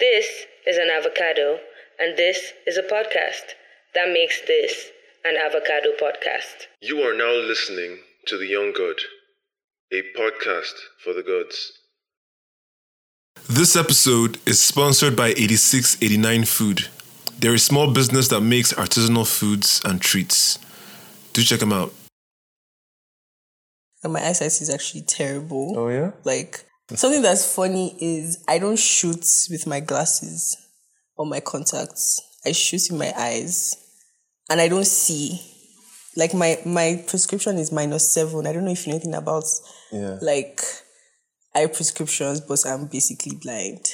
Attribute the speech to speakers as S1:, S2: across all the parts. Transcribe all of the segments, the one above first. S1: This is an avocado, and this is a podcast that makes this an avocado podcast.
S2: You are now listening to The Young God, a podcast for the gods.
S3: This episode is sponsored by 8689 Food. They're a small business that makes artisanal foods and treats. Do check them out.
S4: And my eyesight is actually terrible.
S3: Oh, yeah?
S4: Like something that's funny is I don't shoot with my glasses or my contacts. I shoot in my eyes, and I don't see. Like my my prescription is minus seven. I don't know if you know anything about
S3: Yeah.
S4: like eye prescriptions, but I'm basically blind.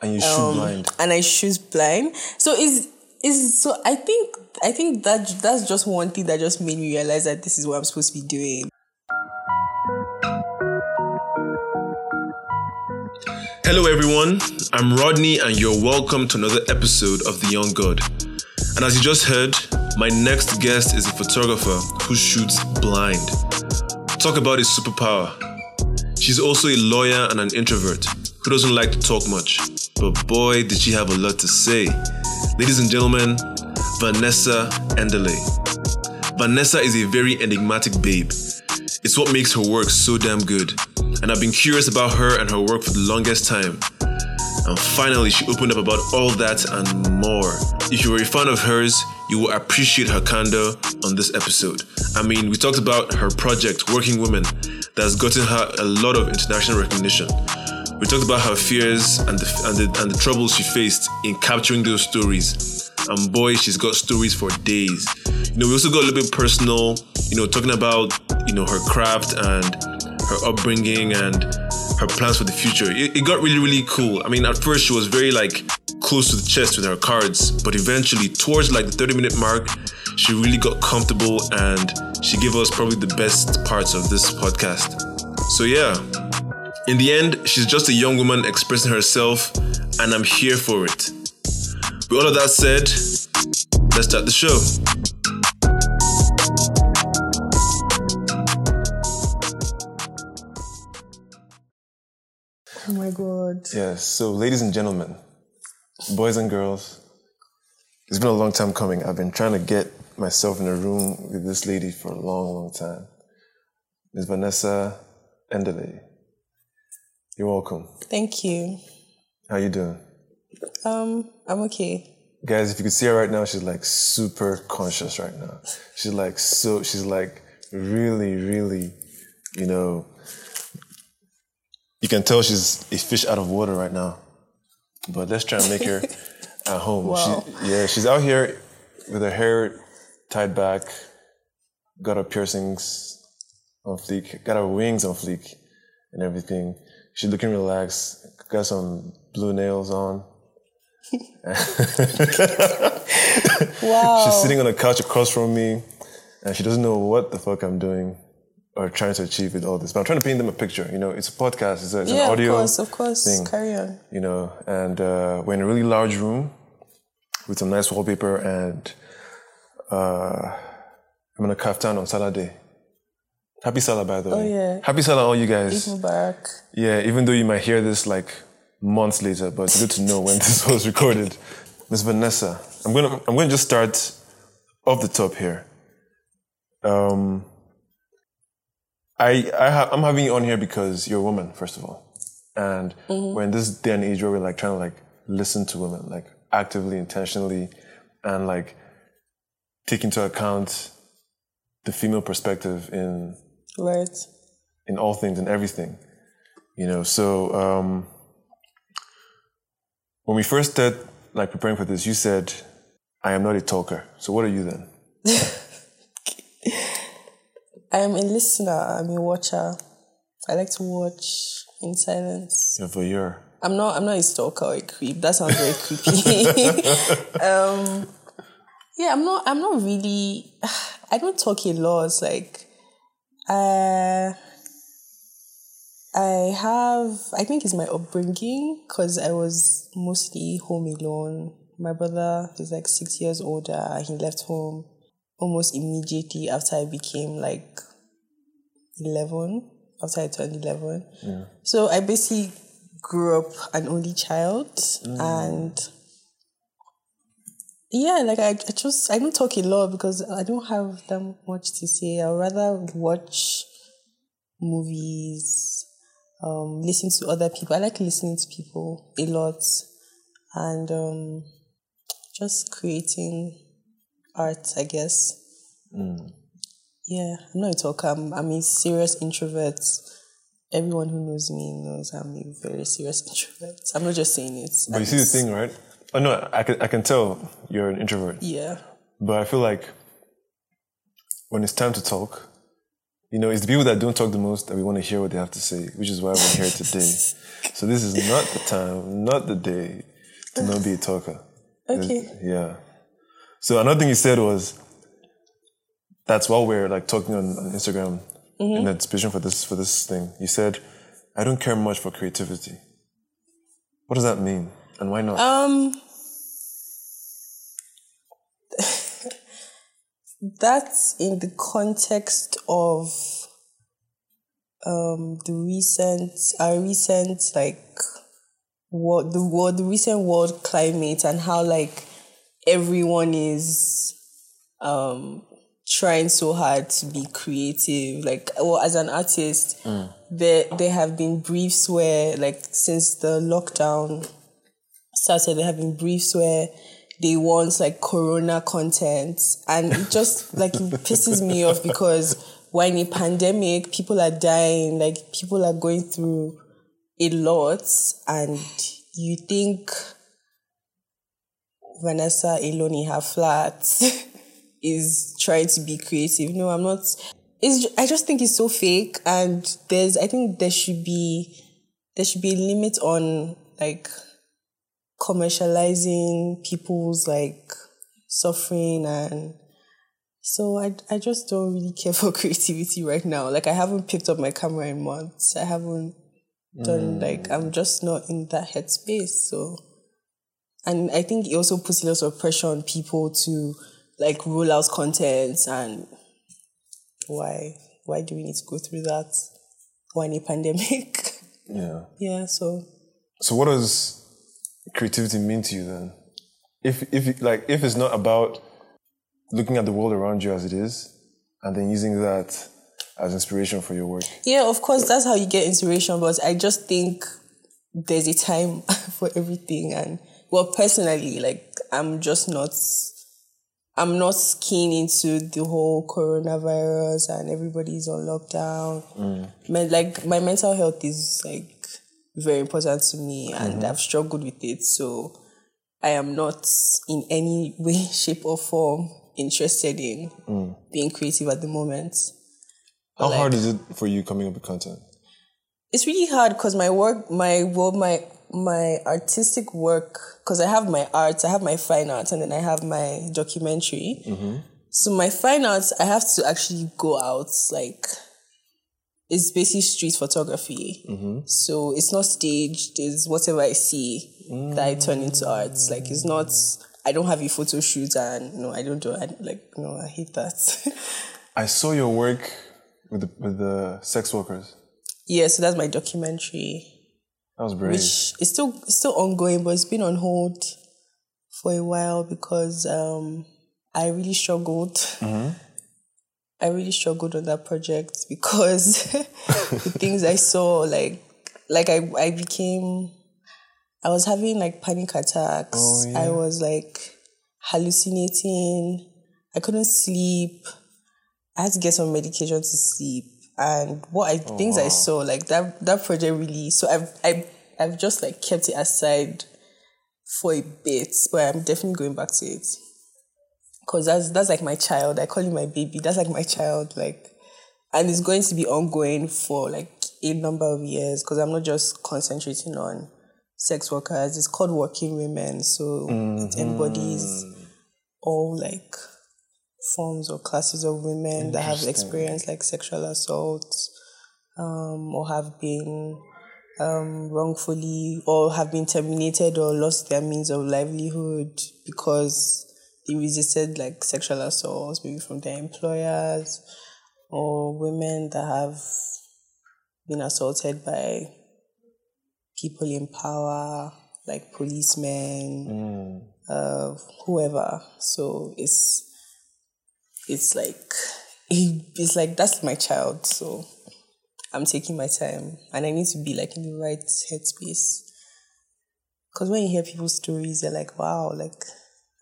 S4: Um,
S3: and you shoot blind.
S4: and I choose blind. So is is so I think I think that that's just one thing that just made me realize that this is what I'm supposed to be doing.
S3: Hello, everyone. I'm Rodney, and you're welcome to another episode of The Young God. And as you just heard, my next guest is a photographer who shoots blind. Talk about his superpower. She's also a lawyer and an introvert who doesn't like to talk much, but boy, did she have a lot to say. Ladies and gentlemen, Vanessa Endele. Vanessa is a very enigmatic babe. It's what makes her work so damn good. And I've been curious about her and her work for the longest time. And finally, she opened up about all that and more. If you were a fan of hers, you will appreciate her candor on this episode. I mean, we talked about her project, Working Women, that has gotten her a lot of international recognition. We talked about her fears and the, and, the, and the troubles she faced in capturing those stories. And boy, she's got stories for days. You know, we also got a little bit personal, you know, talking about, you know, her craft and her upbringing and her plans for the future. It, it got really, really cool. I mean, at first she was very like close to the chest with her cards, but eventually, towards like the 30 minute mark, she really got comfortable and she gave us probably the best parts of this podcast. So, yeah, in the end, she's just a young woman expressing herself, and I'm here for it. With all of that said, let's start the show.
S4: Oh my god.
S3: Yes. So, ladies and gentlemen, boys and girls, it's been a long time coming. I've been trying to get myself in a room with this lady for a long, long time. Miss Vanessa Endele. You're welcome.
S4: Thank you.
S3: How you doing?
S4: Um, I'm okay.
S3: Guys, if you could see her right now, she's like super conscious right now. She's like so she's like really, really, you know. You can tell she's a fish out of water right now. But let's try and make her at home.
S4: Wow.
S3: She, yeah, she's out here with her hair tied back, got her piercings on fleek, got her wings on fleek and everything. She's looking relaxed, got some blue nails on.
S4: Wow.
S3: She's sitting on a couch across from me, and she doesn't know what the fuck I'm doing or trying to achieve with all this. But I'm trying to paint them a picture. You know, it's a podcast. It's, a, it's
S4: yeah,
S3: an audio.
S4: of course, of course.
S3: thing.
S4: Carry on.
S3: You know, and uh, we're in a really large room with some nice wallpaper, and uh, I'm in a kaftan on Salah Day. Happy Salah, by the way.
S4: Oh, yeah.
S3: Happy Salah, all you guys.
S4: Mubarak.
S3: Yeah, even though you might hear this like months later, but it's good to know when this was recorded. Miss Vanessa, I'm gonna I'm gonna just start off the top here. Um, I I ha- I'm having you on here because you're a woman, first of all, and we're in this day and age where we're like trying to like listen to women, like actively, intentionally, and like take into account the female perspective in
S4: Right.
S3: in all things and everything. You know, so um, when we first started like preparing for this, you said, "I am not a talker." So what are you then?
S4: I'm a listener. I'm a watcher. I like to watch in silence.
S3: A voyeur.
S4: I'm not. I'm not a stalker or a creep. That sounds very creepy. um, yeah, I'm not. I'm not really. I don't talk a lot. Like, uh, I have. I think it's my upbringing because I was mostly home alone. My brother is like six years older. He left home almost immediately after I became like eleven. After I turned eleven. So I basically grew up an only child and yeah, like I, I just I don't talk a lot because I don't have that much to say. I'd rather watch movies, um, listen to other people. I like listening to people a lot and um, just creating art, I guess.
S3: Mm.
S4: Yeah, I'm not a talker. I'm, I'm a serious introvert. Everyone who knows me knows I'm a very serious introvert. I'm not just saying it.
S3: But you see the thing, right? Oh no, I can I can tell you're an introvert.
S4: Yeah.
S3: But I feel like when it's time to talk, you know, it's the people that don't talk the most that we want to hear what they have to say, which is why we're here today. so this is not the time, not the day to not be a talker.
S4: Okay.
S3: This- yeah. So another thing he said was that's while we're like talking on, on Instagram
S4: Mm-hmm.
S3: in anticipation for this for this thing. You said, I don't care much for creativity. What does that mean? And why not?
S4: Um, that's in the context of um the recent our recent like what the world the recent world climate and how like everyone is um trying so hard to be creative like well as an artist there there have been briefs where like since the lockdown started having briefs where they want like corona content and it just like it pisses me off because we're in a pandemic people are dying like people are going through a lot and you think vanessa alone in her flat is trying to be creative no i'm not it's, ju- i just think it's so fake and there's i think there should be there should be a limit on like commercializing people's like suffering and so I, I just don't really care for creativity right now like i haven't picked up my camera in months i haven't done like i'm just not in that headspace so and i think it also puts a lot of pressure on people to like roll out content and why why do we need to go through that why in a pandemic
S3: yeah.
S4: yeah so
S3: So what does creativity mean to you then? If if like if it's not about looking at the world around you as it is and then using that as inspiration for your work.
S4: Yeah, of course, that's how you get inspiration. But I just think there's a time for everything. And well, personally, like I'm just not, I'm not keen into the whole coronavirus and everybody's on lockdown. Men- like my mental health is like very important to me, and I've struggled with it. So I am not in any way, shape, or form interested in being creative at the moment.
S3: How hard is it for you coming up with content?
S4: it's really hard because my work, my well, my my artistic work, because I have my arts, I have my fine arts, and then I have my documentary. So my fine arts, I have to actually go out. Like, it's basically street photography. So it's not staged. It's whatever I see that I turn into art. Like it's not. I don't have a photo shoot, and no, I don't do. I, like no, I hate that.
S3: I saw your work with the, with the sex workers.
S4: yeah, so that's my documentary.
S3: That was brave.
S4: which is still it's still ongoing, but it's been on hold for a while because um, I really struggled. I really struggled on that project because the things I saw, like, like I I became, I was having like panic attacks. I was like hallucinating. I couldn't sleep. I had to get some medication to sleep. And what I things I saw, like that that project really so I've I I've just like kept it aside for a bit, but I'm definitely going back to it. Cause that's that's like my child. I call him my baby. That's like my child. Like and it's going to be ongoing for like a number of years because I'm not just concentrating on sex workers. It's called working women. So it embodies all like forms or classes of women that have experienced like sexual assault um, or have been um, wrongfully or have been terminated or lost their means of livelihood because they resisted like sexual assault maybe from their employers or women that have been assaulted by people in power, like policemen, uh, whoever. So it's it's like it's like that's my child. So I'm taking my time, and I need to be like in the right headspace. Cause when you hear people's stories, you're like, wow, like,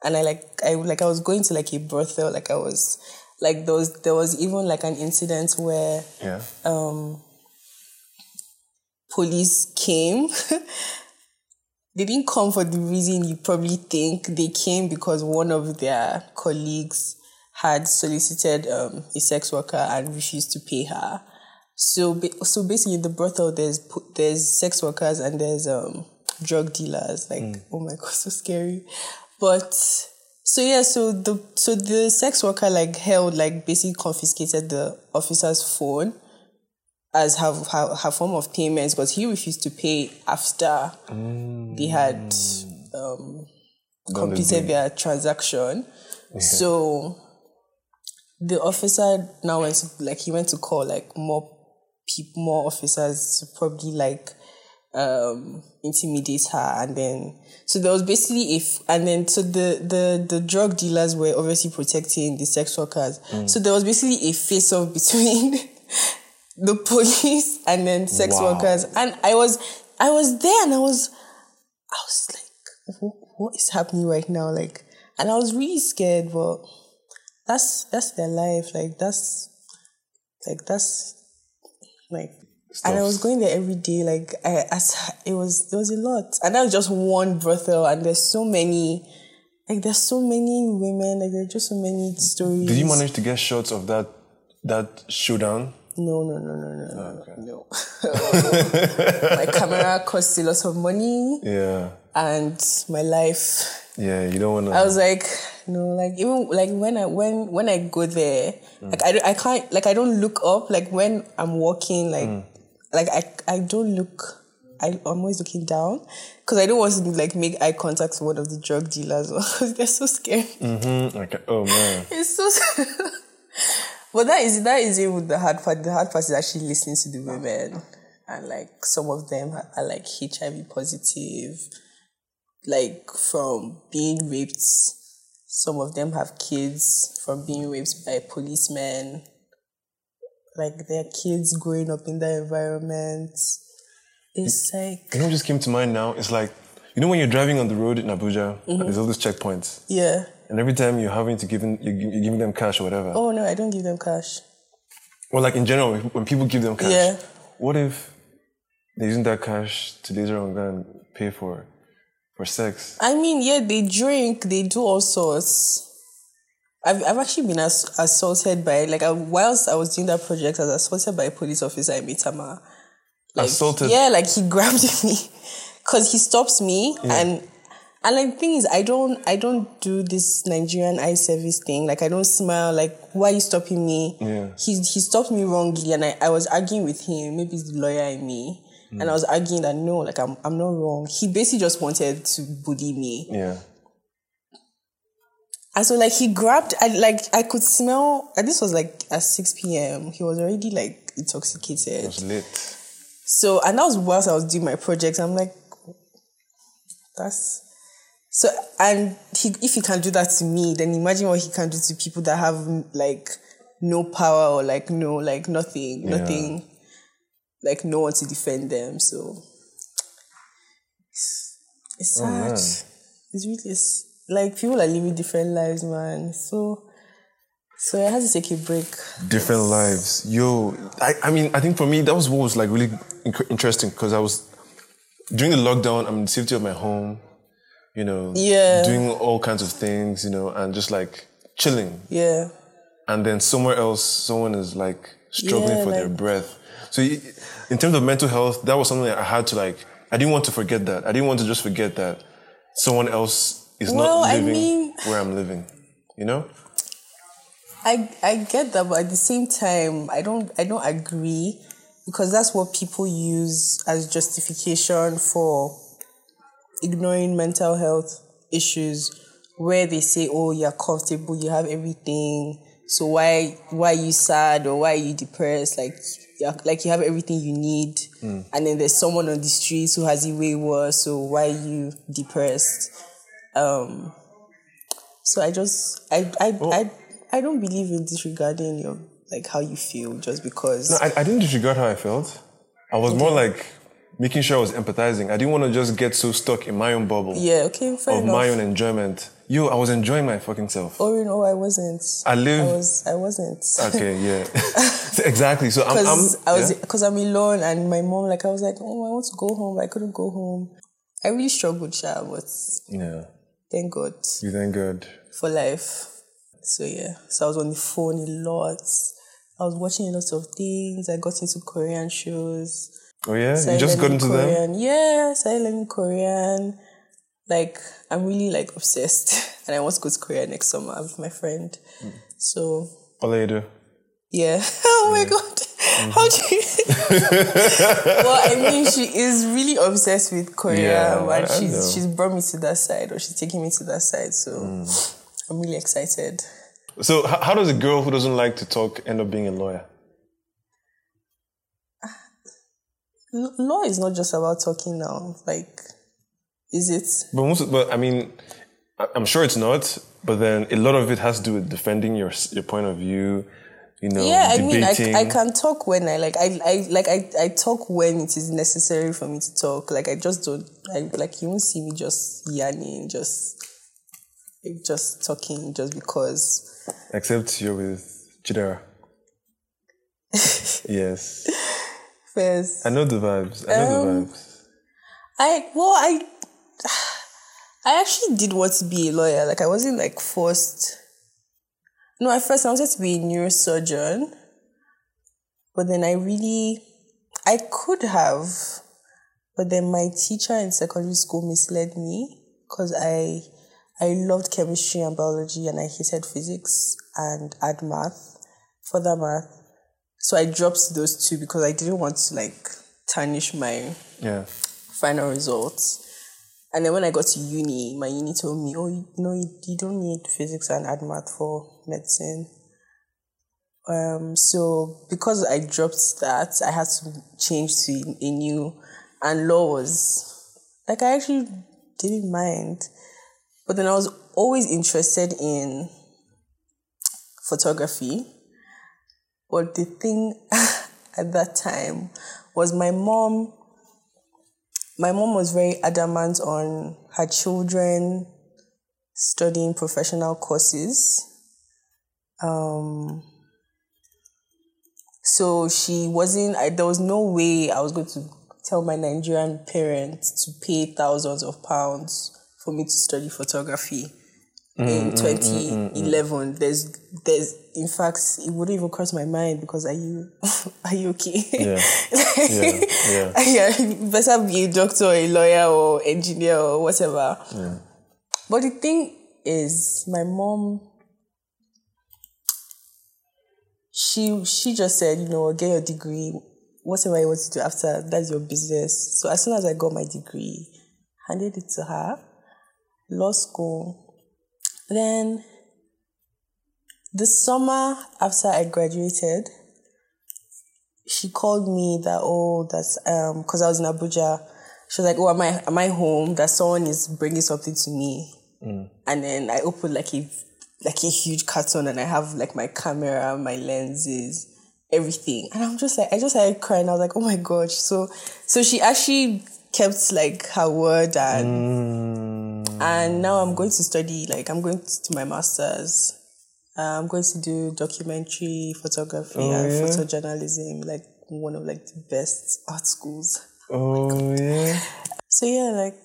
S4: and I like I like I was going to like a brothel, like I was like there was there was even like an incident where
S3: Yeah.
S4: um, police came. they didn't come for the reason you probably think. They came because one of their colleagues had solicited um, a sex worker and refused to pay her. So, ba- so basically, in the brothel, there's po- there's sex workers and there's um, drug dealers. Like, oh my god, so scary. But so yeah, so the so the sex worker like held like basically confiscated the officer's phone as her, her, her form of payments because he refused to pay after they had um,
S3: Mm. Done the
S4: completed
S3: deed.
S4: their transaction. So the officer now went to, like he went to call like more people, more officers to probably like um intimidate her and then so there was basically if and then so the the the drug dealers were obviously protecting the sex workers so there was basically a face off between the police and then sex
S3: Wow.
S4: workers and i was i was there and i was i was like "Wh- what is happening right now like and i was really scared but that's that's their life like that's like that's like and i was going there every day like i as it was it was a lot and that was just one brothel and there's so many like there's so many women like there's just so many stories
S3: Did you manage to get shots of that that showdown?
S4: no, no, no, no, no, no, no.
S3: Oh,
S4: my camera cost a lot of money
S3: Yeah.
S4: and my life.
S3: Yeah, you don't want to.
S4: I was like, no, like even like when I when when I go there, like I, don't- I can't like I don't look up like when I'm walking like like I I don't look. I, I'm always looking down because I don't want to like make eye contact with one of the drug dealers. They're so scary.
S3: like, oh man.
S4: It's so. but that is that is even the hard part. The hard part is actually listening to the women, and like some of them are, are like HIV positive, like from being raped. Some of them have kids from being raped by policemen. Like their kids growing up in that environment. It's like
S3: You know what just came to mind now? It's like, you know when you're driving on the road in Abuja,
S4: Mm-hmm.
S3: and there's all these checkpoints,
S4: yeah.
S3: and every time you're having to give in, you're, gi- you're giving them cash or whatever.
S4: Oh no, I don't give them cash.
S3: Or like in general, when- when people give them cash,
S4: Yeah.
S3: what if they're using that cash to later on go and pay for for sex?
S4: I mean, yeah, they drink, they do all sorts. I've, I've actually been ass- assaulted by, like, I, whilst I was doing that project, I was assaulted by a police officer in Mitama. Like,
S3: Assaulted?
S4: Yeah, like, he grabbed me because he stops me and. And like the thing is, I don't, I don't do this Nigerian eye service thing. Like I don't smile. Like why are you stopping me?
S3: Yeah.
S4: He he stopped me wrongly, and I, I was arguing with him. Maybe it's the lawyer in me,
S3: Hmm.
S4: and I was arguing that no, like I'm I'm not wrong. He basically just wanted to bully me.
S3: Yeah.
S4: And so like he grabbed I like I could smell and this was like at 6 p.m. He was already like intoxicated.
S3: It's lit.
S4: So and that was whilst I was doing my project. I'm like that's so and he if he can do that to me, then imagine what he can do to people that have like no power or like no like nothing,
S3: Yeah.
S4: nothing like no one to defend them. So it's, it's
S3: Oh,
S4: sad.
S3: man.
S4: it's really it's, like people are living different lives, man. So so I had to take a break.
S3: Different lives. Yo, I, I mean, I think for me, that was what was like really inc- interesting because I was during the lockdown, I'm in the safety of my home, you know,
S4: Yeah.
S3: doing all kinds of things, you know, and just like chilling.
S4: Yeah.
S3: and then somewhere else someone is like struggling
S4: Yeah,
S3: for their
S4: like-
S3: breath so y- in terms of mental health that was something that i had to like i didn't want to forget that i didn't want to just forget that someone else is
S4: Well,
S3: not
S4: I
S3: living
S4: mean-
S3: where i'm living you know
S4: I I get that, but at the same time, I don't I don't agree because that's what people use as justification for ignoring mental health issues, where they say, "Oh, you're comfortable, you have everything, So why why are you sad or why are you depressed? Like you are- like you have everything you need,
S3: Hmm.
S4: and then there's someone on the streets who has it way worse. So why are you depressed? Um, so I just I I
S3: Oh.
S4: I, I don't believe in disregarding your like how you feel just because.
S3: I, I didn't disregard how I felt. I was more like making sure I was empathizing. I didn't want to just get so stuck in my own bubble
S4: yeah. Okay. Fair
S3: of
S4: enough.
S3: my own enjoyment. Yo, I was enjoying my fucking self.
S4: Oh no, I wasn't.
S3: I live-
S4: I was. I wasn't.
S3: Okay, yeah. So exactly. So I'm. I'm
S4: because I was
S3: yeah?
S4: because I'm alone and my mom like I was like oh I want to go home but I couldn't go home. I really struggled, sha, but
S3: yeah.
S4: thank God
S3: You thank God.
S4: for life. So yeah, so I was on the phone a lot. I was watching a lot of things. I got into Korean shows.
S3: Oh yeah,
S4: So
S3: you
S4: I
S3: just got
S4: learned
S3: into them.
S4: Korean. Yeah, so I learned Korean. Like I'm really like obsessed, and I want to go to Korea next summer with my friend.
S3: Hmm.
S4: So
S3: Or later.
S4: Yeah. Oh my god.
S3: Mm-hmm.
S4: How do you? well, I mean, she is really obsessed with Korea,
S3: Yeah, I
S4: and she's
S3: know.
S4: she's brought me to that side, or she's taking me to that side. So
S3: Mm.
S4: I'm really excited.
S3: So h- how does a girl who doesn't like to talk end up being a lawyer?
S4: L- law is not just about talking now. Like, is it?
S3: But most, but I mean, I- I'm sure it's not. But then a lot of it has to do with defending your s- your point of view. You know,
S4: yeah, I mean,
S3: debating.
S4: I, I can talk when I like. I, I like I, I talk when it is necessary for me to talk. Like I just don't. I like you won't see me just yarning, just just talking, just because.
S3: Except you're with Chidera. yes,
S4: First,
S3: I know the vibes. I know the vibes.
S4: I well, I I actually did want to be a lawyer. Like I wasn't like forced. No, at first I wanted to be a neurosurgeon, but then I really, I could have, but then my teacher in secondary school misled me because I, I loved chemistry and biology and I hated physics and add math, further math. So I dropped those two because I didn't want to like tarnish my
S3: Yeah.
S4: final results. And then when I got to uni, my uni told me, oh, you- no, you, you don't need physics and ad math for medicine. Um, so because I dropped that, I had to change to a new, and law was like I actually didn't mind, but then I was always interested in photography. But the thing at that time was my mom my mom was very adamant on her children studying professional courses. Um, so she wasn't, I, there was no way I was going to tell my Nigerian parents to pay thousands of pounds for me to study photography. In 2011, there's, there's, in fact, it wouldn't even cross my mind because are you, are you okay?
S3: Yeah. Yeah. Yeah.
S4: yeah, you better be a doctor, or a lawyer, or engineer, or whatever. But the thing is, my mom, she she just said, you know, get your degree, whatever you want to do after, that's your business. So as soon as I got my degree, handed it to her, law school. Then the summer after I graduated, she called me that oh that's um because I was in Abuja. She was like, oh am I am I home? That someone is bringing something to me. And then I opened like a like a huge carton and I have like my camera, my lenses, everything. And I'm just like I just started crying. I was like, oh my gosh. So so she actually kept like her word and and now I'm going to study like I'm going to my masters. Uh, I'm going to do documentary photography and
S3: yeah?
S4: photojournalism, like one of like the best art schools.
S3: Oh yeah.
S4: So yeah, like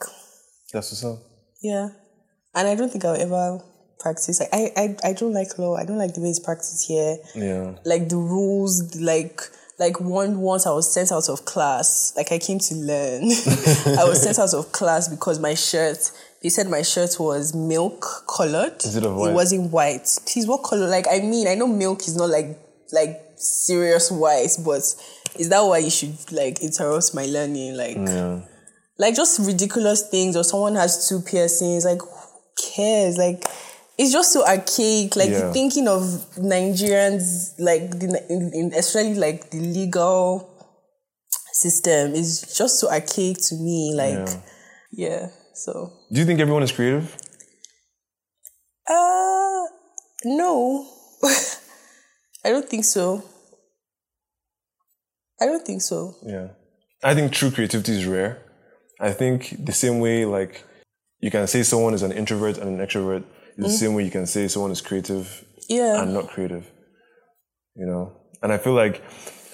S3: That's what's up.
S4: yeah, and I don't think I'll ever practice. Like, I I I don't like law. I don't like the way it's practiced here.
S3: Yeah.
S4: Like the rules, like. Like one once I was sent out of class. Like I came to learn. I was sent out of class because my shirt. They said my shirt was milk colored.
S3: Is it of white?
S4: It wasn't white. Please, what color? Like I mean, I know milk is not like like serious white, but is that why you should like interrupt my learning? Like
S3: Yeah.
S4: like just ridiculous things or someone has two piercings like who cares like it's just so archaic. Like
S3: Yeah.
S4: thinking of Nigerians, like the, in, in especially like the legal system is just so archaic to me. Like,
S3: Yeah.
S4: yeah. So,
S3: Do you think everyone is creative?
S4: uh, no, I don't think so. I don't think so.
S3: Yeah. I think true creativity is rare. I think the same way, like, you can say someone is an introvert and an extrovert, is the same way you can say someone is creative
S4: Yeah.
S3: and not creative. You know? And I feel like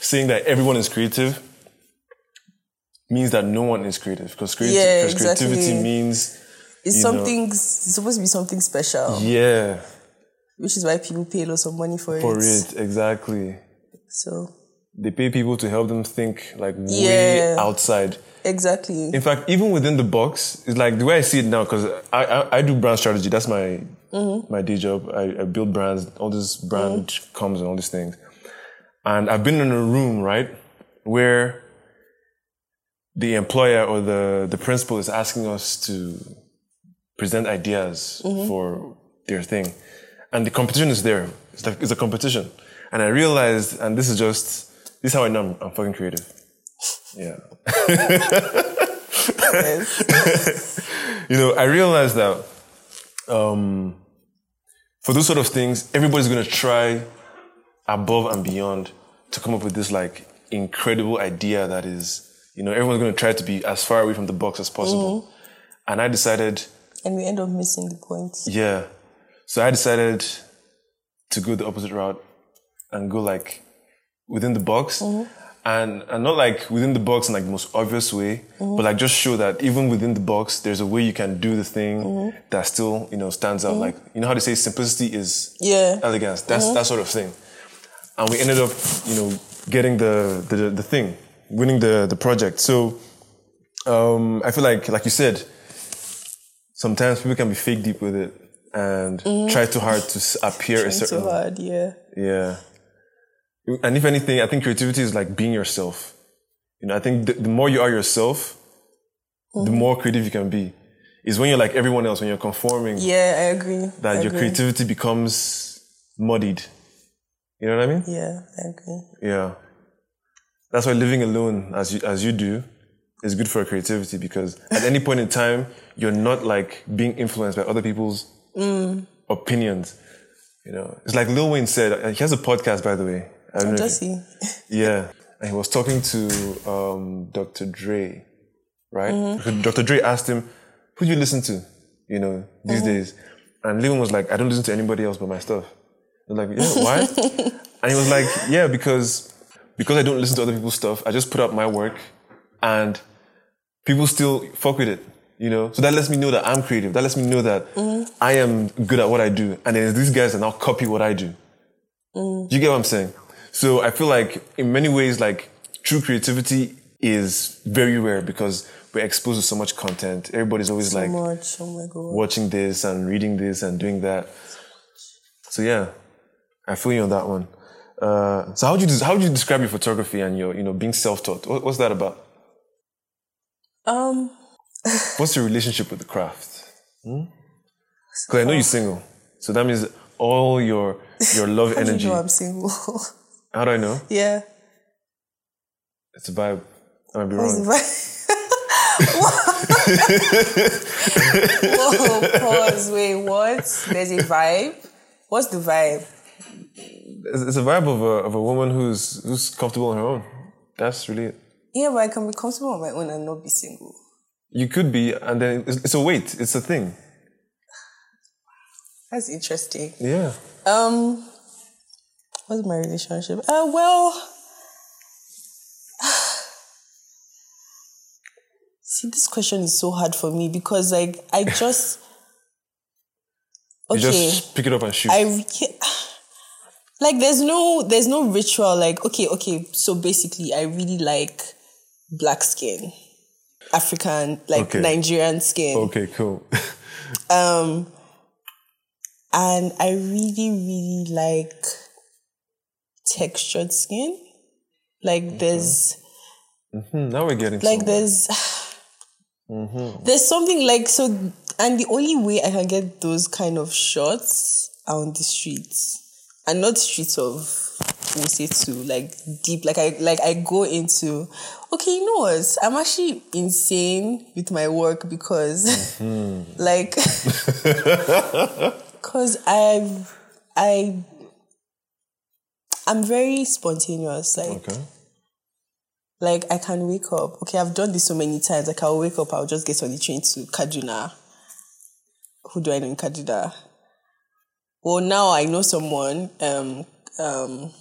S3: saying that everyone is creative means that no one is creative because
S4: Yeah,
S3: creativity
S4: exactly.
S3: means,
S4: it's
S3: you know-
S4: something it's supposed to be something special,
S3: yeah,
S4: which is why people pay lots of money for,
S3: for it, exactly.
S4: So
S3: They pay people to help them think like way
S4: Yeah.
S3: outside.
S4: exactly.
S3: In fact, even within the box, it's like the way I see it now, because I, I I do brand strategy. That's my my day job. I, I build brands, all this brand comes and all these things. And I've been in a room, right, where the employer or the, the principal is asking us to present ideas for their thing. And the competition is there. It's like it's a competition. And I realized, and this is just this is how I know I'm, I'm fucking creative. Yeah.
S4: Yes.
S3: you know, I realized that um, for those sort of things, everybody's gonna try above and beyond to come up with this like incredible idea that is, you know, everyone's gonna try to be as far away from the box as possible. And I decided,
S4: and we end up missing the point.
S3: yeah. So I decided to go the opposite route and go like within the box. And, and not like within the box in like the most obvious way, but like just show that even within the box, there's a way you can do the thing that still, you know, stands out. Like, you know how they say simplicity is
S4: Yeah.
S3: elegance. That's that sort of thing. And we ended up, you know, getting the the, the thing, winning the the project. So um, I feel like, like you said, sometimes people can be fake deep with it and try too hard to s- appear a
S4: Trying
S3: certain
S4: so
S3: way.
S4: Mm-hmm. hard, yeah.
S3: Yeah. And if anything, I think creativity is like being yourself. You know, I think the, the more you are yourself, the
S4: Mm-hmm.
S3: more creative you can be. Is when you're like everyone else, when you're conforming,
S4: Yeah, I agree.
S3: that
S4: I
S3: your
S4: agree.
S3: creativity becomes muddied. You know what I mean?
S4: Yeah, I agree.
S3: Yeah. That's why living alone, as you, as you do, is good for creativity because at any point in time, you're not like being influenced by other people's
S4: Mm.
S3: opinions. You know, it's like Lil Wayne said. uh, He has a podcast, by the way. I don't know if
S4: Oh, Does he?
S3: you- yeah, and he was talking to um, Dr. Dre, right?
S4: Mm-hmm.
S3: Dr. Dre asked him, "Who do you listen to?" You know, these
S4: Mm-hmm.
S3: days, and Lil Wayne was like, "I don't listen to anybody else but my stuff." They're like, "Yeah, why?" And he was like, yeah, because because I don't listen to other people's stuff, I just put out my work and people still fuck with it. You know? So that lets me know that I'm creative. That lets me know that I am good at what I do. And then these guys that now copy what I do. Do you get what I'm saying? So I feel like in many ways, like true creativity is very rare because we're exposed to so much content. Everybody's always
S4: so
S3: like
S4: much. Oh my god.
S3: watching this and reading this and doing that. So yeah, I feel you on that one. Uh, so how would you des- how would you describe your photography and your you know being self taught? What, what's that about?
S4: Um,
S3: What's your relationship with the craft? Because I know you're single, so that means all your your love
S4: how do you
S3: energy.
S4: know I'm single?
S3: How do I know?
S4: yeah.
S3: It's a vibe. I might be
S4: What's the
S3: wrong.
S4: vibe? Whoa, pause. Wait, what? There's a vibe. What's the vibe?
S3: It's, it's a vibe of a of a woman who's who's comfortable on her own. That's really it.
S4: Yeah, but I can be comfortable on my own and not be single.
S3: You could be, and then it's, it's a weight. It's a thing.
S4: That's interesting.
S3: Yeah.
S4: Um, what's my relationship? Uh, well, see, this question is so hard for me because, like, I just okay,
S3: You just pick it up and shoot.
S4: I re- like there's no there's no ritual. Like, okay, okay, so basically, I really like black skin, African, like
S3: Okay.
S4: Nigerian skin.
S3: Okay, cool.
S4: Um, and I really, really like textured skin. Like there's,
S3: Hmm, now we're getting
S4: like
S3: somewhere.
S4: there's, There's something like so, and the only way I can get those kind of shots are on the streets, and not streets of Usetu, like deep. Like I like I go into, okay, you know what? I'm actually insane with my work because, like, because I, I, I'm very spontaneous. Like
S3: Okay.
S4: like I can wake up. Okay, I've done this so many times. Like I'll wake up, I'll just get on the train to Kaduna. Who do I know in Kaduna? Well, now I know someone, um, um,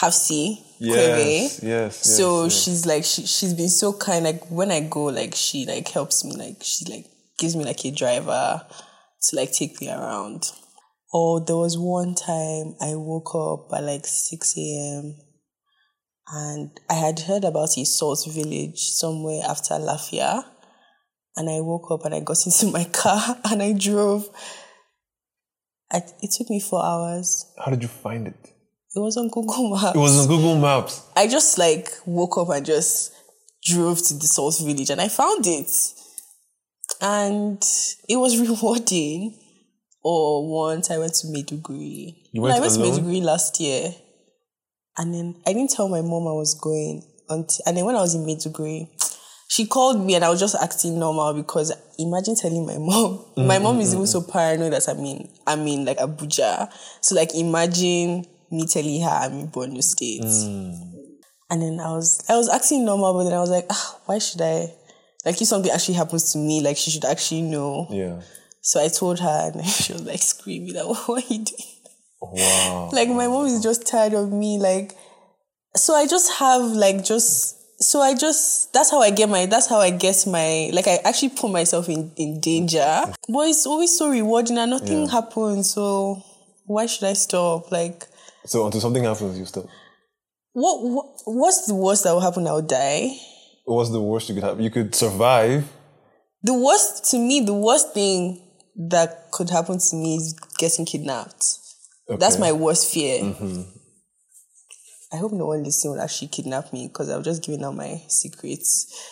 S4: Hafsi
S3: Yes. Yes.
S4: Kwebe.
S3: yes,
S4: So
S3: yes.
S4: she's like she she's been so kind. Like when I go, like she like helps me. Like she like gives me like a driver to like take me around. Or there was one time I woke up at like six a.m. and I had heard about a salt village somewhere after Lafia, and I woke up and I got into my car and I drove. I, it took me four hours.
S3: How did you find it?
S4: It was on Google Maps.
S3: It was on Google Maps.
S4: I just like woke up and just drove to the salt village and I found it. And it was rewarding. Or once I went to Meduguri.
S3: You
S4: No,
S3: went
S4: I went
S3: alone?
S4: to Meduguri last year. And then I didn't tell my mom I was going until and then when I was in Meduguri, she called me and I was just acting normal because imagine telling my mom.
S3: Mm,
S4: My mom is even so paranoid that I'm in I'm in like Abuja. So like imagine me telling her I'm in Borno State.
S3: Mm.
S4: And then I was I was acting normal, but then I was like, ah, why should I? Like if something actually happens to me, like she should actually know.
S3: Yeah.
S4: So I told her, and she was like screaming, like, what are you doing?
S3: Wow.
S4: Like my mom is just tired of me. Like, so I just have like just. So I just that's how I get my that's how I get my like I actually put myself in in danger. But it's always so rewarding and nothing
S3: Yeah.
S4: happens. So why should I stop? Like
S3: So until something happens, you stop.
S4: what, what what's the worst that will happen? I'll die.
S3: What's the worst you could have? You could survive.
S4: the worst to me the worst thing that could happen to me is getting kidnapped that's
S3: Okay. Mm-hmm.
S4: my worst fear i hope no one listening will actually kidnap me because i was just giving out my secrets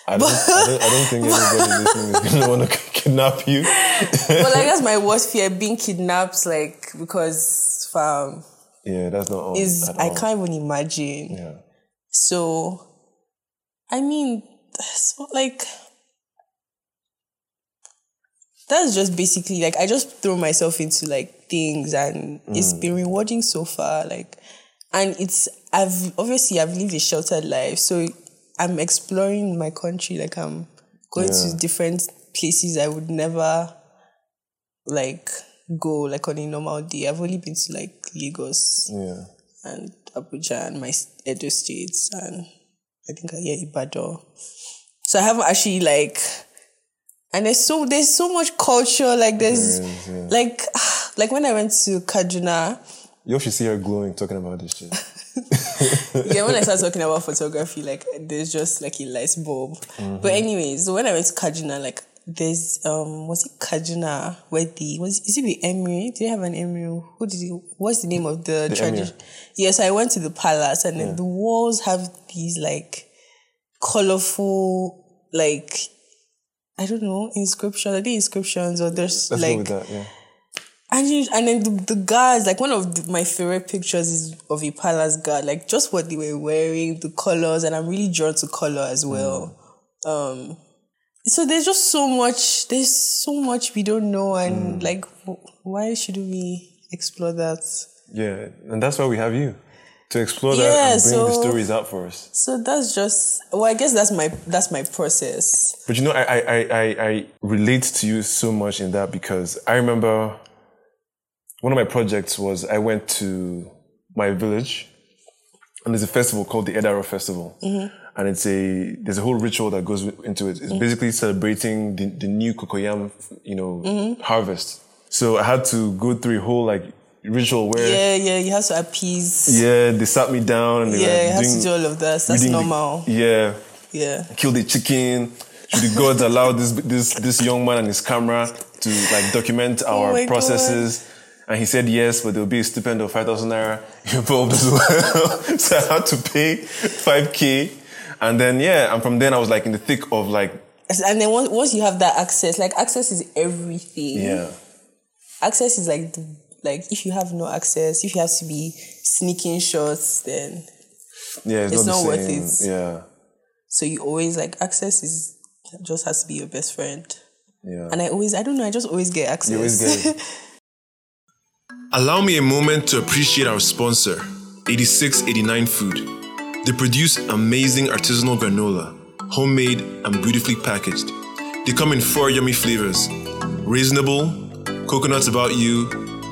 S3: I don't, I don't, I don't think anybody listening is gonna want to kidnap you.
S4: but like that's my worst fear being kidnapped like because um,
S3: Yeah, that's not all.
S4: is
S3: at
S4: i
S3: all.
S4: can't even imagine
S3: Yeah.
S4: So, I mean, so like, that's just basically like I just throw myself into like things, and it's been rewarding so far. Like, and it's I've obviously I've lived a sheltered life, so I'm exploring my country. Like, I'm going
S3: Yeah.
S4: to different places I would never like go like on a normal day. I've only been to like Lagos
S3: Yeah.
S4: and Abuja and my s- Edo states and I think uh, yeah Ibadan. So I haven't actually like, and there's so there's so much culture like there's
S3: There is, yeah.
S4: like like when I went to Kaduna,
S3: You should see her glowing talking about this shit.
S4: yeah, when I started talking about photography, like there's just like a light bulb. But anyways, so when I went to Kaduna, like there's um was it Kaduna where the was is it the Emir? Do they have an Emir? Who did you what's the name of the,
S3: emir.
S4: tradition? Yes, I went to the palace and then the walls have these like colorful like I don't know, inscriptions. Are they inscriptions or there's
S3: Let's go
S4: like
S3: with that. Yeah.
S4: and you, and then the, the guards, like one of the, my favorite pictures is of a palace guard, like just what they were wearing, the colors, and I'm really drawn to color as well. Um, so there's just so much, there's so much we don't know, and like, w- why should we explore that?
S3: Yeah, and that's why we have you to explore that
S4: Yeah,
S3: and bring the
S4: so-
S3: stories out for us.
S4: So that's just, well, I guess that's my that's my process.
S3: But you know, I, I, I, I, I relate to you so much in that because I remember one of my projects was I went to my village and there's a festival called the Edaro Festival.
S4: Mm-hmm.
S3: And it's a, there's a whole ritual that goes wi- into it. It's basically celebrating the, the new cocoyam, you know,
S4: Mm-hmm.
S3: harvest. So I had to go through a whole like ritual where, yeah,
S4: Yeah, yeah, you have to appease.
S3: they sat me down and they
S4: Yeah, you
S3: were
S4: have
S3: doing,
S4: to do all of that. That's
S3: reading the-
S4: normal.
S3: yeah
S4: yeah.
S3: kill the chicken? Should the gods allow this this this young man and his camera to like document our
S4: Oh my
S3: processes? And he said yes, but there will be a stipend of five thousand naira involved as well. so I had to pay five k, and then yeah, and from then I was like in the thick of like
S4: And then once, once you have that access, like access is everything.
S3: Yeah.
S4: Access is like the, like if you have no access, if you have to be sneaking shots, then
S3: Yeah, it's,
S4: It's
S3: not,
S4: not
S3: the
S4: worth
S3: same.
S4: it.
S3: Yeah.
S4: so you always like access is just has to be your best friend.
S3: Yeah.
S4: And I always I don't know I just always get access.
S3: You always get
S5: Allow me a moment to appreciate our sponsor, 8689 Food. They produce amazing artisanal granola, homemade and beautifully packaged. They come in four yummy flavors reasonable, coconuts about you,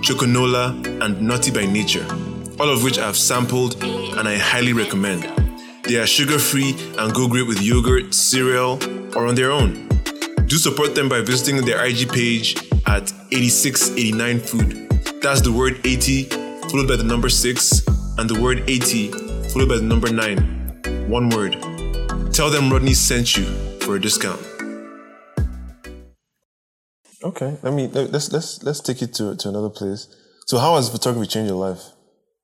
S5: choconola, and nutty by nature, all of which I've sampled and I highly recommend. They are sugar free and go great with yogurt, cereal, or on their own. Do support them by visiting their IG page at 8689food. That's the word 80 followed by the number 6 and the word 80 followed by the number 9. One word. Tell them Rodney sent you for a discount.
S3: Okay. I mean, let- let's let's let's take it to to another place. So, how has photography changed your life?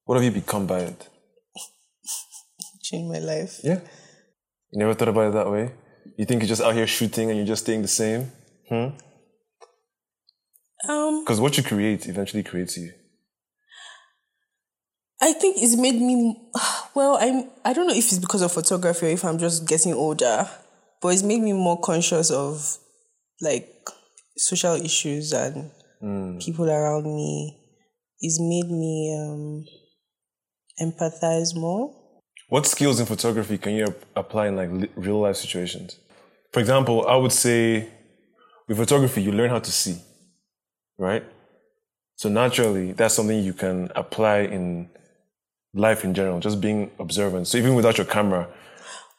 S3: What have you become by it?
S4: change my life.
S3: Yeah. You never thought about it that way. You think you're just out here shooting and you're just staying the same.
S4: Um
S3: Because what you create eventually creates you.
S4: I think it's made me well, I'm I don't know if it's because of photography or if I'm just getting older, but it's made me more conscious of like social issues and
S3: Hmm.
S4: people around me. It's made me um empathize more.
S3: What skills in photography can you ap- apply in like li- real life situations? For example, I would say with photography, you learn how to see, right? So naturally, that's something you can apply in life in general, just being observant. So even without your camera,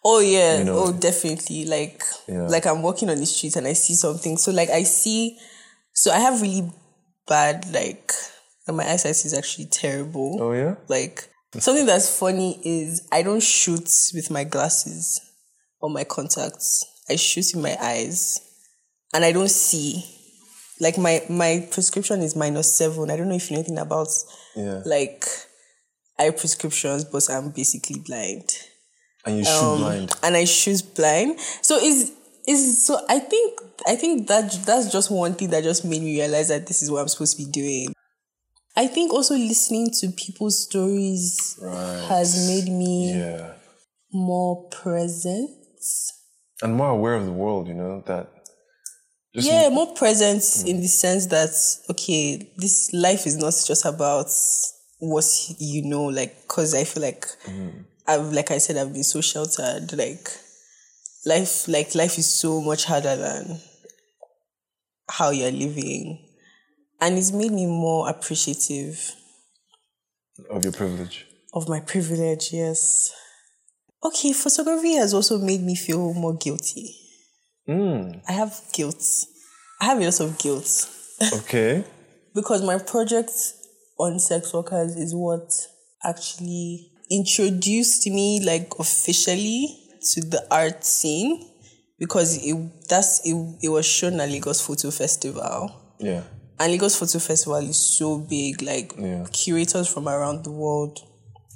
S4: Oh yeah,
S3: know?
S4: oh definitely. Like
S3: Yeah.
S4: like I'm walking on the street and I see something. So like I see so I have really bad like and my eyesight is actually terrible.
S3: oh yeah,
S4: Like something that's funny is I don't shoot with my glasses or my contacts. I shoot with my eyes, and I don't see. Like my my prescription is minus seven. I don't know if you know anything about
S3: yeah,
S4: like eye prescriptions, but I'm basically blind
S3: and you shoot blind.
S4: Um, and I choose blind. So is is so I think I think that that's just one thing that just made me realize that this is what I'm supposed to be doing. I think also listening to people's stories has made me
S3: Yeah,
S4: more present.
S3: and more aware of the world, you know that. Just
S4: Yeah, more present in the sense that okay, this life is not just about what you know, like because I feel like I've like I said I've been so sheltered, like life like life is so much harder than how you're living, and it's made me more appreciative
S3: of your privilege.
S4: of my privilege. Yes. Okay, photography has also made me feel more guilty. I have guilt. I have a lot of guilt.
S3: Okay.
S4: because my project on sex workers is what actually introduced me like officially to the art scene because it that's it, it was shown at Lagos Photo Festival.
S3: Yeah.
S4: And Lagos Photo Festival is so big, like
S3: Yeah.
S4: curators from around the world.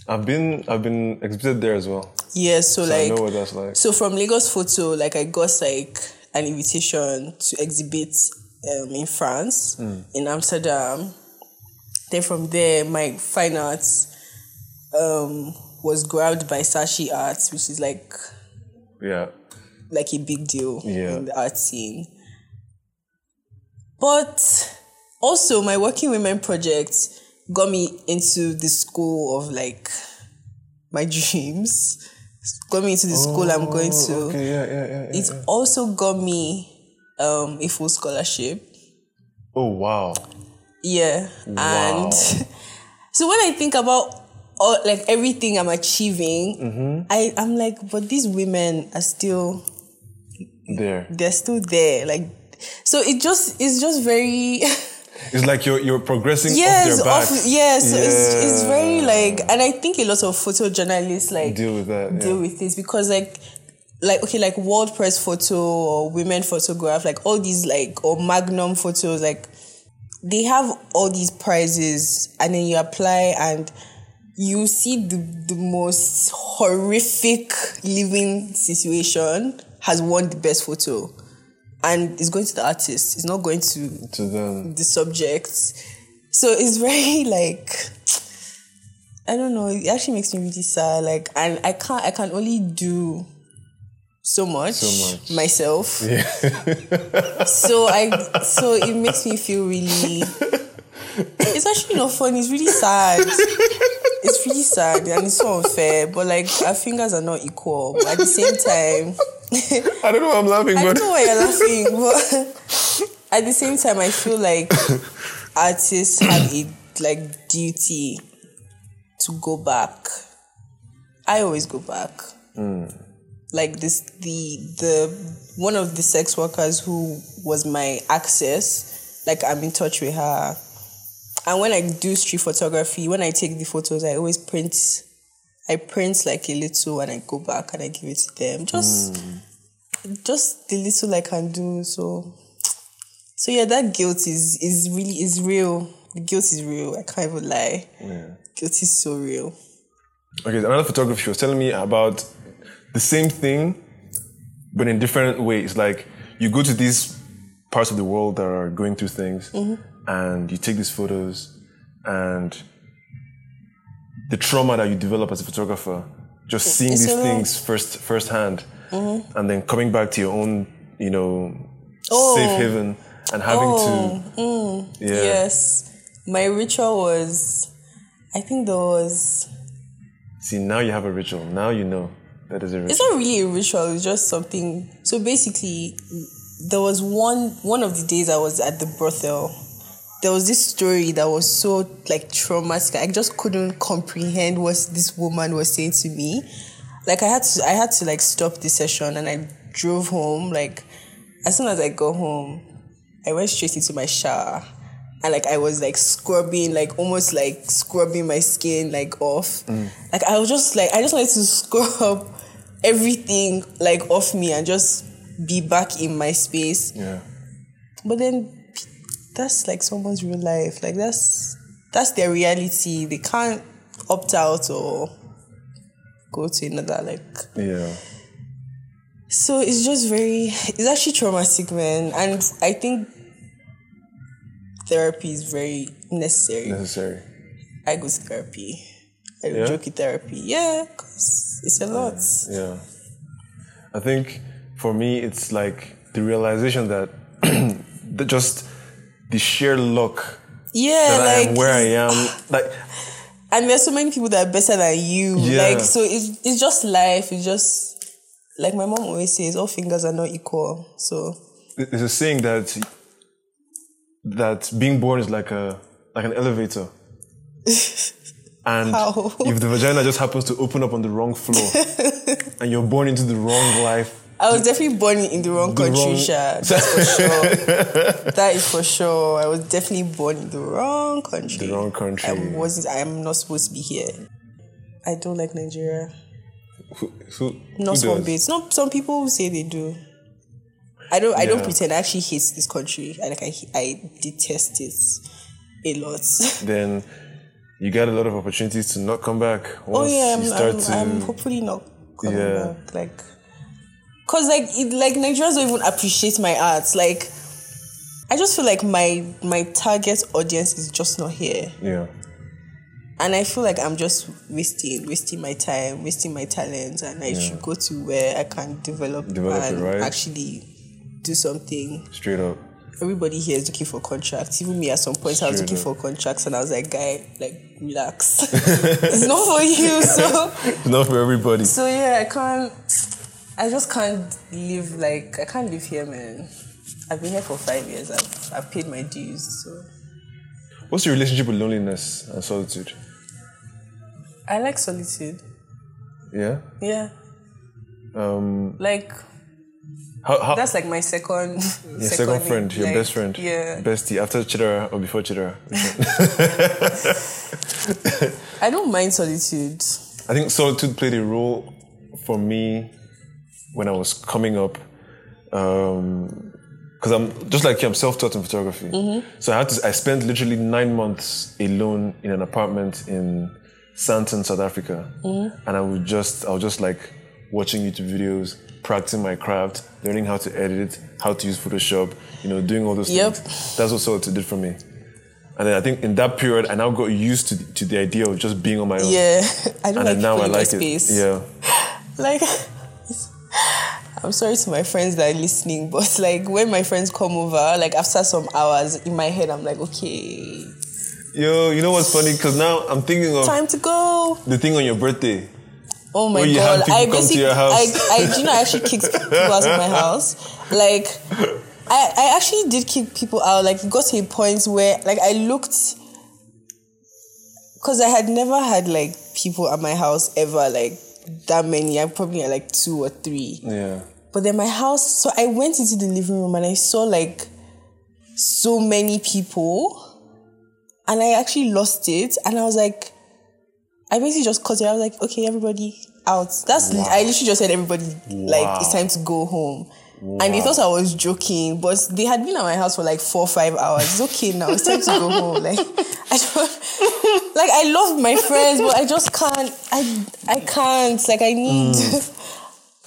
S3: I've been I've been exhibited there as well.
S4: Yeah, so,
S3: So
S4: like
S3: I know what that's like.
S4: So from Lagos Photo, like I got like an invitation to exhibit um, in France,
S3: Hmm.
S4: in Amsterdam. Then from there, my fine arts um, was grabbed by Sashi Arts, which is like
S3: yeah.
S4: like a big deal
S3: Yeah.
S4: in the art scene. But also, my Working Women project got me into the school of like my dreams. Got me into the school I'm going to
S3: Oh, Okay. Yeah. Yeah. Yeah. yeah.
S4: it also got me um, a full scholarship.
S3: Oh wow.
S4: Yeah.
S3: Wow.
S4: And so when I think about all, like everything I'm achieving, I, I'm like, but these women are still
S3: There.
S4: they're still there. Like so it just it's just very
S3: It's like you're you're progressing
S4: yes,
S3: off their back.
S4: off, yes. so It's it's very like and I think a lot of photojournalists like
S3: deal with that.
S4: deal
S3: yeah.
S4: with this because like like okay like world press photo or women photograph like all these like or magnum photos like they have all these prizes and then you apply and you see the, the most horrific living situation has won the best photo and it's going to the artist. It's not going to
S3: to them.
S4: the subject. So it's very like I don't know. It actually makes me really sad. Like, and I can't. I can only do so much,
S3: So much.
S4: myself. so I. So it makes me feel really. It's actually not fun. It's really sad. It's really sad and it's so unfair. But like our fingers are not equal. But at the same time,
S3: I don't know why I'm laughing,
S4: I
S3: but
S4: don't know why you're laughing, but at the same time, I feel like artists have a like duty to go back. I always go back. Like this, the the one of the sex workers who was my access. Like I'm in touch with her, and when I do street photography, when I take the photos, I always print. I print like a little, and I go back and I give it to them. Just just the little I can do. So, so yeah, that guilt is is really is real. The guilt is real. I can't even lie. Guilt is so real.
S3: okay. Another photographer she was telling me about the same thing, but in different ways. Like you go to these parts of the world that are going through things,
S4: Mm-hmm.
S3: and you take these photos, and the trauma that you develop as a photographer, just seeing
S4: it's
S3: these
S4: a lot. Mm-hmm.
S3: things first firsthand, and then coming back to your own, you know, safe haven, and having to, yeah,
S4: Oh. mm. Yes, my ritual was, I think there was.
S3: See, now you have a ritual. Now you know that is a ritual.
S4: It's not really a ritual. It's just something. So basically, there was one one of the days I was at the brothel. There was this story that was so like traumatic. I just couldn't comprehend what this woman was saying to me. Like I had to, I had to like stop the session, and I drove home. Like as soon as I got home, I went straight into my shower. And like I was like scrubbing, like almost like scrubbing my skin like off. Like I was just like I just wanted to scrub everything like off me and just be back in my space.
S3: yeah.
S4: But then that's like someone's real life. Like that's that's their reality. They can't opt out or go to another like
S3: Yeah.
S4: so it's just very, it's actually traumatic, man. And I think therapy is very necessary.
S3: Necessary.
S4: I go to therapy. I do
S3: Yeah?
S4: joke in therapy. Yeah, because it's a lot.
S3: Yeah. I think for me, it's like the realization that, that just the sheer luck
S4: Yeah,
S3: that I am
S4: like,
S3: where I am. Like,
S4: and there's so many people that are better than you.
S3: Yeah.
S4: Like, so it's, it's just life. It's just, like my mom always says, all fingers are not equal. So,
S3: there's a saying that that being born is like a like an elevator. And
S4: How?
S3: if the vagina just happens to open up on the wrong floor and you're born into the wrong life,
S4: I was definitely born in the wrong
S3: The
S4: country,
S3: wrong-
S4: Sha. That's for sure. that is for sure. I was definitely born in the wrong country.
S3: The wrong country.
S4: I wasn't. I am not supposed to be here. I don't like Nigeria.
S3: who, who,
S4: Not
S3: who
S4: one
S3: does?
S4: bit. Some some people say they do. I don't. I don't
S3: Yeah.
S4: pretend. I actually hate this country. I like. I I detest it a lot.
S3: then you get a lot of opportunities to not come back
S4: oh
S3: once
S4: yeah.
S3: you
S4: I'm,
S3: start
S4: I'm,
S3: to
S4: I'm hopefully not coming
S3: Yeah.
S4: back. Like, cause like it, like Nigerians don't even appreciate my art. Like. I just feel like my my target audience is just not here.
S3: yeah
S4: and I feel like I'm just wasting wasting my time, wasting my talent, and I should go to where I can develop,
S3: Develop it,
S4: and
S3: right?
S4: actually do something.
S3: straight up
S4: Everybody here is looking for contracts. Even me at some point, I was
S3: Straight
S4: looking
S3: up.
S4: for contracts, and I was like, guy, like relax, it's not for you. So
S3: not for everybody
S4: so yeah, I can't. I just can't live like I can't live here, man. I've been here for five years. I've, I've paid my dues, so.
S3: what's your relationship with loneliness and solitude
S4: I like solitude.
S3: yeah
S4: Yeah. Um like
S3: how, how
S4: That's like my second.
S3: your second, friend your
S4: like,
S3: best friend
S4: Yeah.
S3: bestie after chidera or before chidera
S4: I don't mind solitude.
S3: i think solitude played a role for me when i was coming up um because I'm just like you, I'm self-taught in photography. So I had to. I spent literally nine months alone in an apartment in Santon, South Africa, and I would just, I was just like watching YouTube videos, practicing my craft, learning how to edit, how to use Photoshop, you know, doing all those
S4: Yep.
S3: things. That's what Solitude did for me. And then I think in that period, I now got used to, to the idea of just being on my own.
S4: Yeah, I
S3: And
S4: don't like
S3: then now
S4: people
S3: I
S4: in my
S3: like it.
S4: space.
S3: Yeah.
S4: Like, I'm sorry to my friends that are listening, but like when my friends come over, like after some hours, in my head, I'm like, okay,
S3: Yo, you know what's funny? Because now I'm thinking of
S4: time to go.
S3: the thing on your birthday.
S4: Oh my
S3: When you have
S4: god!
S3: people
S4: I
S3: come to
S4: basically,
S3: your house.
S4: I, I, do you know, I actually kicked people out of my house. Like, I, I actually did kick people out. Like, it got to a point where, like, I looked, because I had never had like people at my house ever, like that many. I probably had like two or three.
S3: Yeah.
S4: But then my house, so I went into the living room and I saw like so many people. And I actually lost it. And I was like, I basically just cut it. I was like, okay, everybody out. That's, I literally just said, everybody, like, it's time to go home. And they thought I was joking, but they had been at my house for like four or five hours. It's okay now. It's time to go home. Like, I don't, like, I love my friends, but I just can't, I, I can't, like, I need,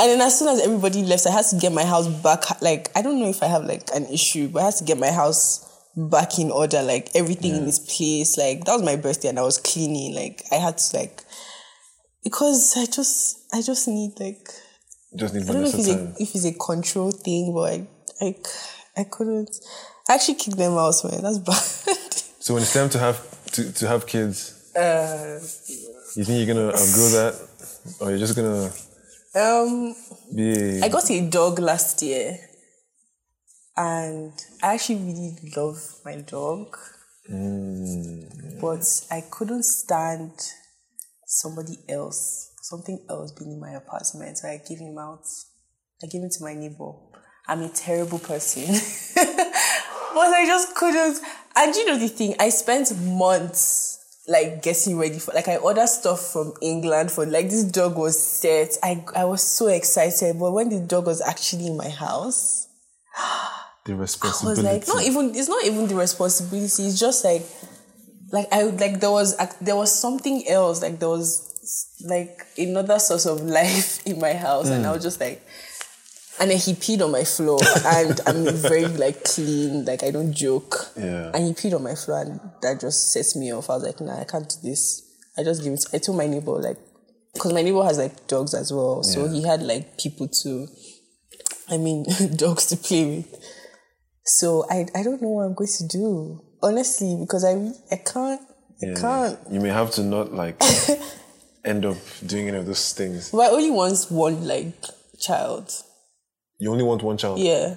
S4: and then as soon as everybody left, I had to get my house back. Like I don't know if I have like an issue, but I had to get my house back in order. Like everything in its place. Like that was my birthday, and I was cleaning. Like I had to like because I just I just need like
S3: Just need
S4: I don't know if
S3: Vanessa
S4: it's
S3: time.
S4: a if it's a control thing, but I I, I couldn't. I actually kicked them out, man. That's bad.
S3: So when it's time to have to, to have kids,
S4: Uh,
S3: you think you're gonna outgrow that, or you're just gonna
S4: um,
S3: be?
S4: I got a dog last year, and I actually really love my dog, but I couldn't stand somebody else, something else being in my apartment. So I gave him out. I gave him to my neighbor. I'm a terrible person, but I just couldn't. And you know the thing, I spent months. Like getting ready for like I ordered stuff from England for like this dog was set. I I was so excited, but when the dog was actually in my house,
S3: the
S4: I was
S3: responsibility.
S4: like, not even it's not even the responsibility. It's just like, like I would- like there was ac- there was something else. Like there was like another source of life in my house, and I was just like, and then he peed on my floor, and I'm very like clean. Like I don't joke.
S3: Yeah.
S4: And he peed on my floor, and that just sets me off. I was like, nah, I can't do this. I just give it. I told my neighbor like, because my neighbor has like dogs as well, so
S3: Yeah.
S4: he had like people to. I mean, dogs to play with. So I I don't know what I'm going to do honestly because I re- I can't I
S3: Yeah.
S4: can't.
S3: You may have to not like end up doing any of those things.
S4: But I only want one like child.
S3: You only want one child.
S4: Yeah.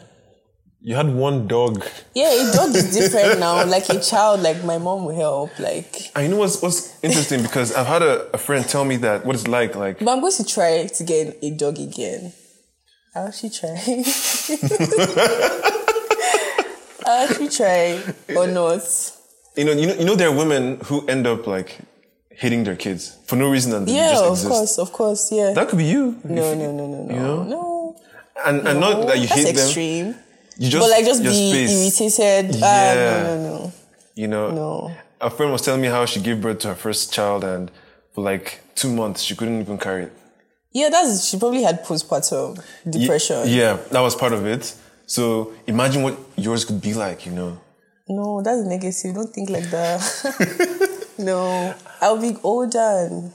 S3: You had one dog.
S4: Yeah, a dog is different now. Like a child, like my mom will help. Like,
S3: I know what's what's interesting because I've had a, a friend tell me that what it's like. Like
S4: but I'm going to try to get a dog again. I'll actually try. I'll actually try or not.
S3: you know, you know, you know, there are women who end up like hating their kids for no reason and they
S4: Yeah,
S3: just
S4: of
S3: exist.
S4: course, of course. Yeah.
S3: That could be you.
S4: no, no, no, no, no,
S3: know?
S4: no.
S3: And and not that you
S4: That's
S3: hate them.
S4: extreme.
S3: You just
S4: but like just
S3: your
S4: be
S3: space.
S4: irritated. Ah,
S3: Yeah.
S4: no, no, no.
S3: You know,
S4: No.
S3: a friend was telling me how she gave birth to her first child and for like two months she couldn't even carry it.
S4: Yeah, that's she probably had postpartum
S3: Ye-
S4: depression.
S3: yeah, that was part of it. So imagine what yours could be like, you know.
S4: No, that's negative. Don't think like that. no, I'll be older. And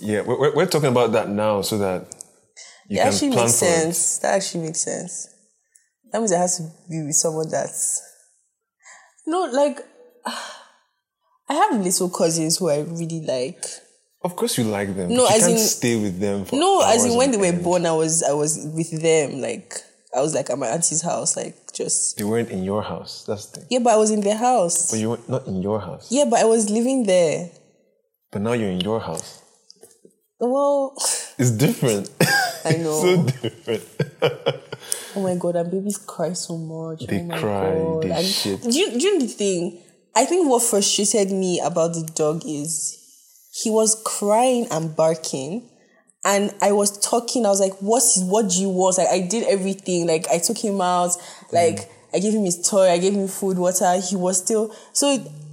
S3: Yeah, we're, we're- we're talking about that now so that you
S4: it
S3: can
S4: actually
S3: plan
S4: makes
S3: for it.
S4: sense. That actually makes sense. That means I have to be with someone that's no like. I have little cousins who I really like.
S3: Of course, you like them.
S4: No,
S3: but you
S4: as
S3: can't
S4: in-
S3: stay with them. For
S4: No, as
S3: hours
S4: in when
S3: on
S4: they were
S3: end.
S4: born, I was I was with them. Like I was like at my auntie's house, like just
S3: they weren't in your house. That's the thing.
S4: yeah. But I was in their house.
S3: But you were not in your house.
S4: Yeah, but I was living there.
S3: But now you're in your house.
S4: Well,
S3: It's different.
S4: I
S3: so
S4: know.
S3: different.
S4: oh my god, and babies cry so much.
S3: They
S4: oh my
S3: cry,
S4: God.
S3: they
S4: and
S3: shit.
S4: Do you, do you know the thing? I think what frustrated me about the dog is he was crying and barking. And I was talking, I was like, what, what do you want? Like, I did everything. Like, I took him out.
S3: Mm.
S4: Like, I gave him his toy. I gave him food, water. He was still. So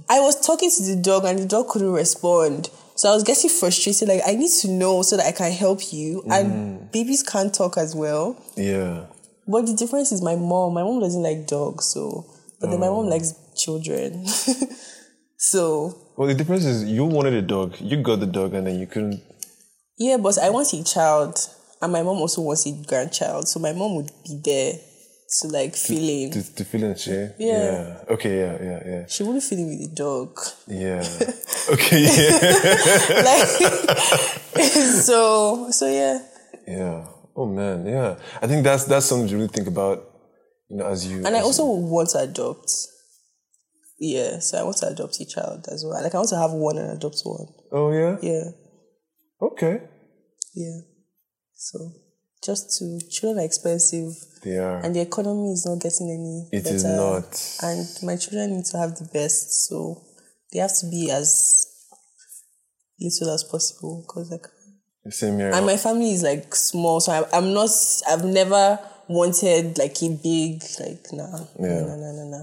S4: I was talking to the dog and the dog couldn't respond. So I was getting frustrated. Like I need to know so that I can help you.
S3: Mm.
S4: And babies can't talk as well.
S3: Yeah.
S4: But the difference is my mom. My mom doesn't like dogs, so but then my mom likes children. so
S3: Well, the difference is you wanted a dog, you got the dog, and then you couldn't.
S4: yeah, but I want a child, and my mom also wants a grandchild. So my mom would be there to like fill in.
S3: To, to feel and share.
S4: Yeah.
S3: Okay. Yeah. Yeah. Yeah.
S4: She wouldn't fill in with a dog.
S3: Yeah. okay. Yeah.
S4: like so so yeah
S3: Yeah. Oh man. Yeah. I think that's that's something to really think about. You know, as you.
S4: and i
S3: as
S4: also want to adopt yeah so i want to adopt a child as well like i want to have one and adopt one
S3: you- oh yeah.
S4: yeah
S3: Okay.
S4: yeah so just to children are expensive
S3: They are.
S4: and the economy is not getting any
S3: It
S4: better
S3: is not.
S4: and my children need to have the best so they have to be as little as possible because like
S3: Same here.
S4: and my family is like small, so I'm, I'm not. I've never wanted like a big like nah,
S3: Yeah.
S4: no, no, no, no, no.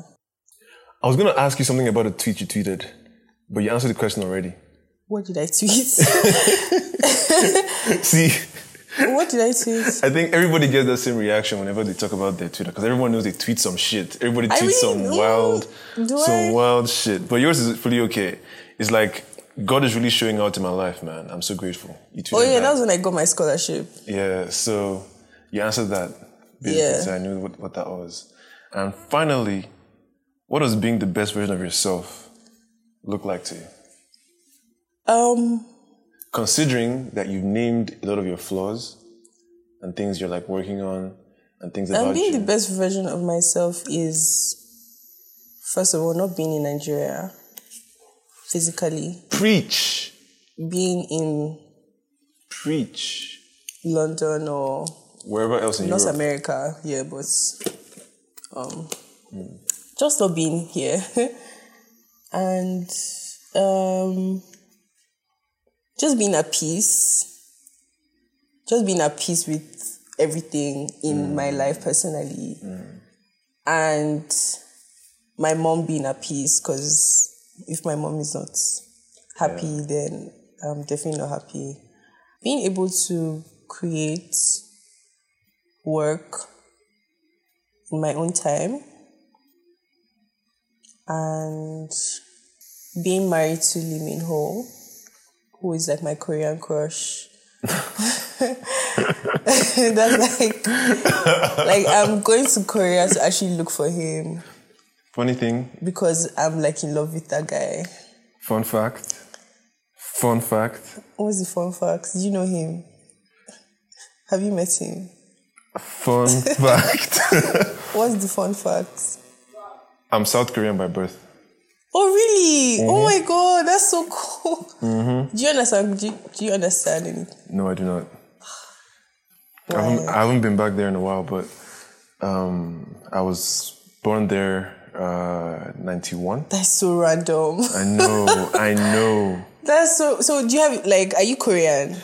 S3: I was gonna ask you something about a tweet you tweeted, but you answered the question already.
S4: What did I tweet?
S3: See,
S4: what did I tweet?
S3: I think everybody gets that same reaction whenever they talk about their Twitter because everyone knows they tweet some shit. Everybody
S4: I
S3: tweets
S4: really-
S3: some wild,
S4: mm, do
S3: some
S4: I?
S3: wild shit. But yours is fully okay. It's like God is really showing out in my life, man. I'm so grateful. You tweeted
S4: Oh yeah,
S3: that.
S4: that was when I got my scholarship.
S3: yeah. So you answered that. Basically,
S4: Yeah.
S3: So I knew what, what that was. And finally, what does being the best version of yourself look like to you?
S4: Um,
S3: considering that you've named a lot of your flaws and things you're like working on and things
S4: and
S3: about
S4: being
S3: you.
S4: the best version of myself is, first of all, not being in Nigeria, physically,
S3: preach,
S4: being in
S3: preach.
S4: London or
S3: Wherever else in
S4: North
S3: Europe,
S4: America, yeah, but um,
S3: Hmm.
S4: just not being here, and um, just being at peace, just being at peace with everything in
S3: Hmm.
S4: my life personally, and my mom being at peace because if my mom is not happy, then I'm definitely not happy. Being able to create work in my own time and being married to Lee Min Ho, who is like my Korean crush. That's like, like I'm going to Korea to actually look for him
S3: Funny thing,
S4: because I'm like in love with that guy.
S3: fun fact, fun fact,
S4: What's the fun fact? Do you know him? Have you met him?
S3: fun fact.
S4: What's the fun fact?
S3: I'm South Korean by birth.
S4: Oh really?
S3: Mm-hmm.
S4: Oh my god, that's so cool. Do you understand? Do you, do you understand any?
S3: No, I do not. I haven't,
S4: Why?
S3: I haven't been back there in a while, but um, I was born there uh, 91.
S4: That's so random.
S3: I know, I know.
S4: That's so. So do you have like? Are you Korean?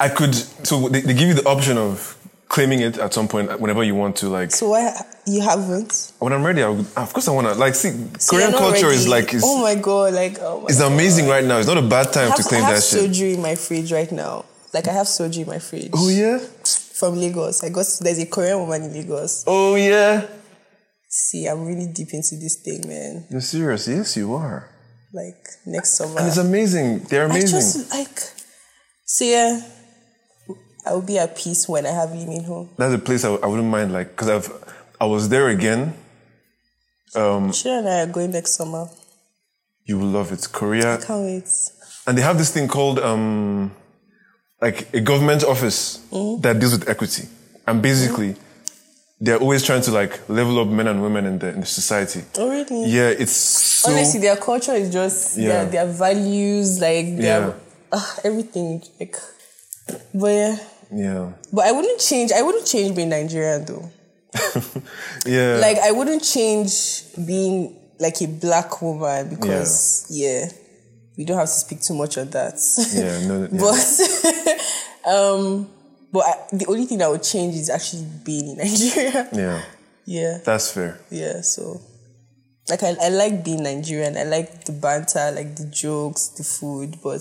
S3: I could. So they, they give you the option of claiming it at some point whenever you want to. Like
S4: So why you haven't?
S3: when I'm ready, I would, of course I wanna. Like see,
S4: So you're
S3: Korean
S4: not
S3: culture is
S4: ready?
S3: like is,
S4: oh my god, like oh my.
S3: is
S4: God.
S3: amazing right now. It's not a bad
S4: I
S3: time
S4: have,
S3: to claim
S4: I have
S3: that shit.
S4: soju in my fridge right now. Like I have soju in my fridge.
S3: Oh yeah.
S4: From Lagos, I got there's a Korean woman in Lagos.
S3: Oh yeah.
S4: See, I'm really deep into this thing, man.
S3: You're serious? Yes, you are.
S4: Like next summer.
S3: And it's amazing. They're amazing.
S4: I just like so yeah. I'll be at peace when I have Lee Min Ho.
S3: That's a place I, I wouldn't mind. Like because I've I was there again.
S4: She and I are going next summer.
S3: You will love it, Korea.
S4: Can't wait.
S3: and they have this thing called um, like a government office
S4: Mm.
S3: that deals with equity, and basically, they're always trying to like level up men and women in the in the society.
S4: Oh really?
S3: Yeah, it's so
S4: Honestly, their culture is just
S3: Yeah.
S4: their, their values, like their
S3: Yeah.
S4: ah, everything. Like, but yeah,
S3: yeah,
S4: but I wouldn't change. I wouldn't change being Nigerian though.
S3: yeah.
S4: Like I wouldn't change being like a black woman because yeah, we don't have to speak too much on that.
S3: yeah, no, no, yeah.
S4: But um, but I, the only thing that would change is actually being in Nigeria.
S3: yeah,
S4: Yeah,
S3: that's fair.
S4: yeah. So, like, I, I like being Nigerian. I like the banter, like the jokes, the food, but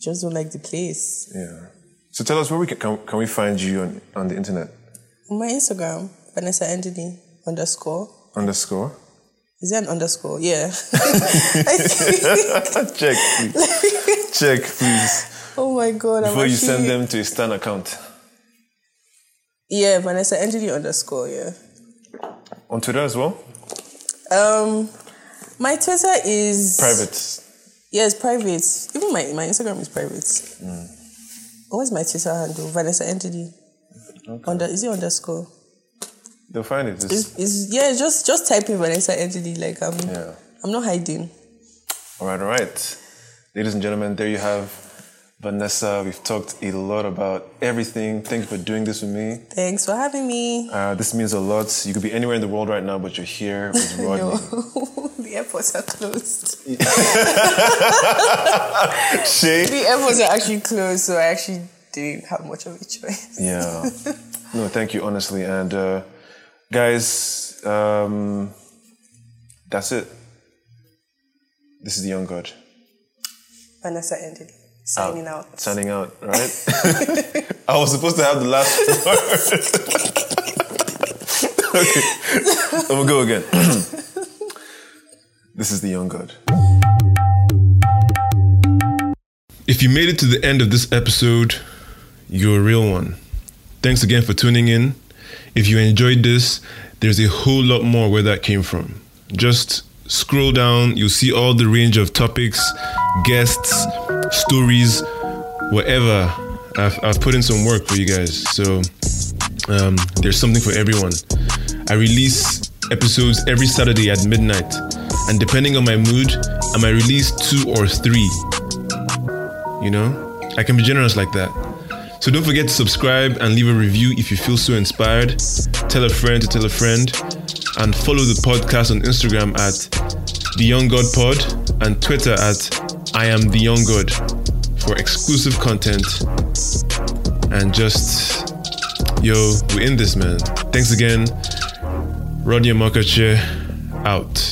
S4: Just don't like the place.
S3: Yeah. So tell us where we can can, can we find you on, on the internet?
S4: On my Instagram, Vanessa Endini underscore.
S3: Underscore.
S4: Is there an underscore? Yeah. I think-
S3: Check. please. Check please
S4: oh my god. I'm
S3: before you send
S4: actually-
S3: them to a stan account.
S4: Yeah, Vanessa Endini underscore. Yeah.
S3: On Twitter as well.
S4: Um, my Twitter is
S3: Private.
S4: Yes, private. Even my, my Instagram is private.
S3: Mm.
S4: What was my Twitter handle? Vanessa Entity. Under is it underscore?
S3: They'll find it. It's,
S4: Is is yeah? Just just type in Vanessa Entity. Like I'm
S3: yeah.
S4: I'm not hiding.
S3: All right, all right. Ladies and gentlemen, there you have Vanessa. We've talked a lot about everything. Thank you for doing this with me.
S4: Thanks for having me.
S3: Uh, this means a lot. You could be anywhere in the world right now, but you're here with
S4: No,
S3: Rodney.
S4: the airports are closed. The
S3: Shay.
S4: airports are actually closed, so I actually didn't have much of a choice.
S3: Yeah. No, thank you, honestly. And uh, guys, um, that's it. This is the Young God.
S4: Vanessa Entity signing out.
S3: Signing out, right? I was supposed to have the last word. okay. I'm gonna go again. this is the young god.
S5: If you made it to the end of this episode, you're a real one. Thanks again for tuning in. If you enjoyed this, there's a whole lot more where that came from. Just scroll down, you'll see all the range of topics, guests, stories, whatever. I've, I've put in some work for you guys, so um, there's something for everyone. I release episodes every Saturday at midnight, and depending on my mood, I might release two or three you know i can be generous like that so don't forget to subscribe and leave a review if you feel so inspired tell a friend to tell a friend and follow the podcast on instagram at the young god pod and twitter at i am the young god for exclusive content and just yo we're in this man thanks again rodney Amakache out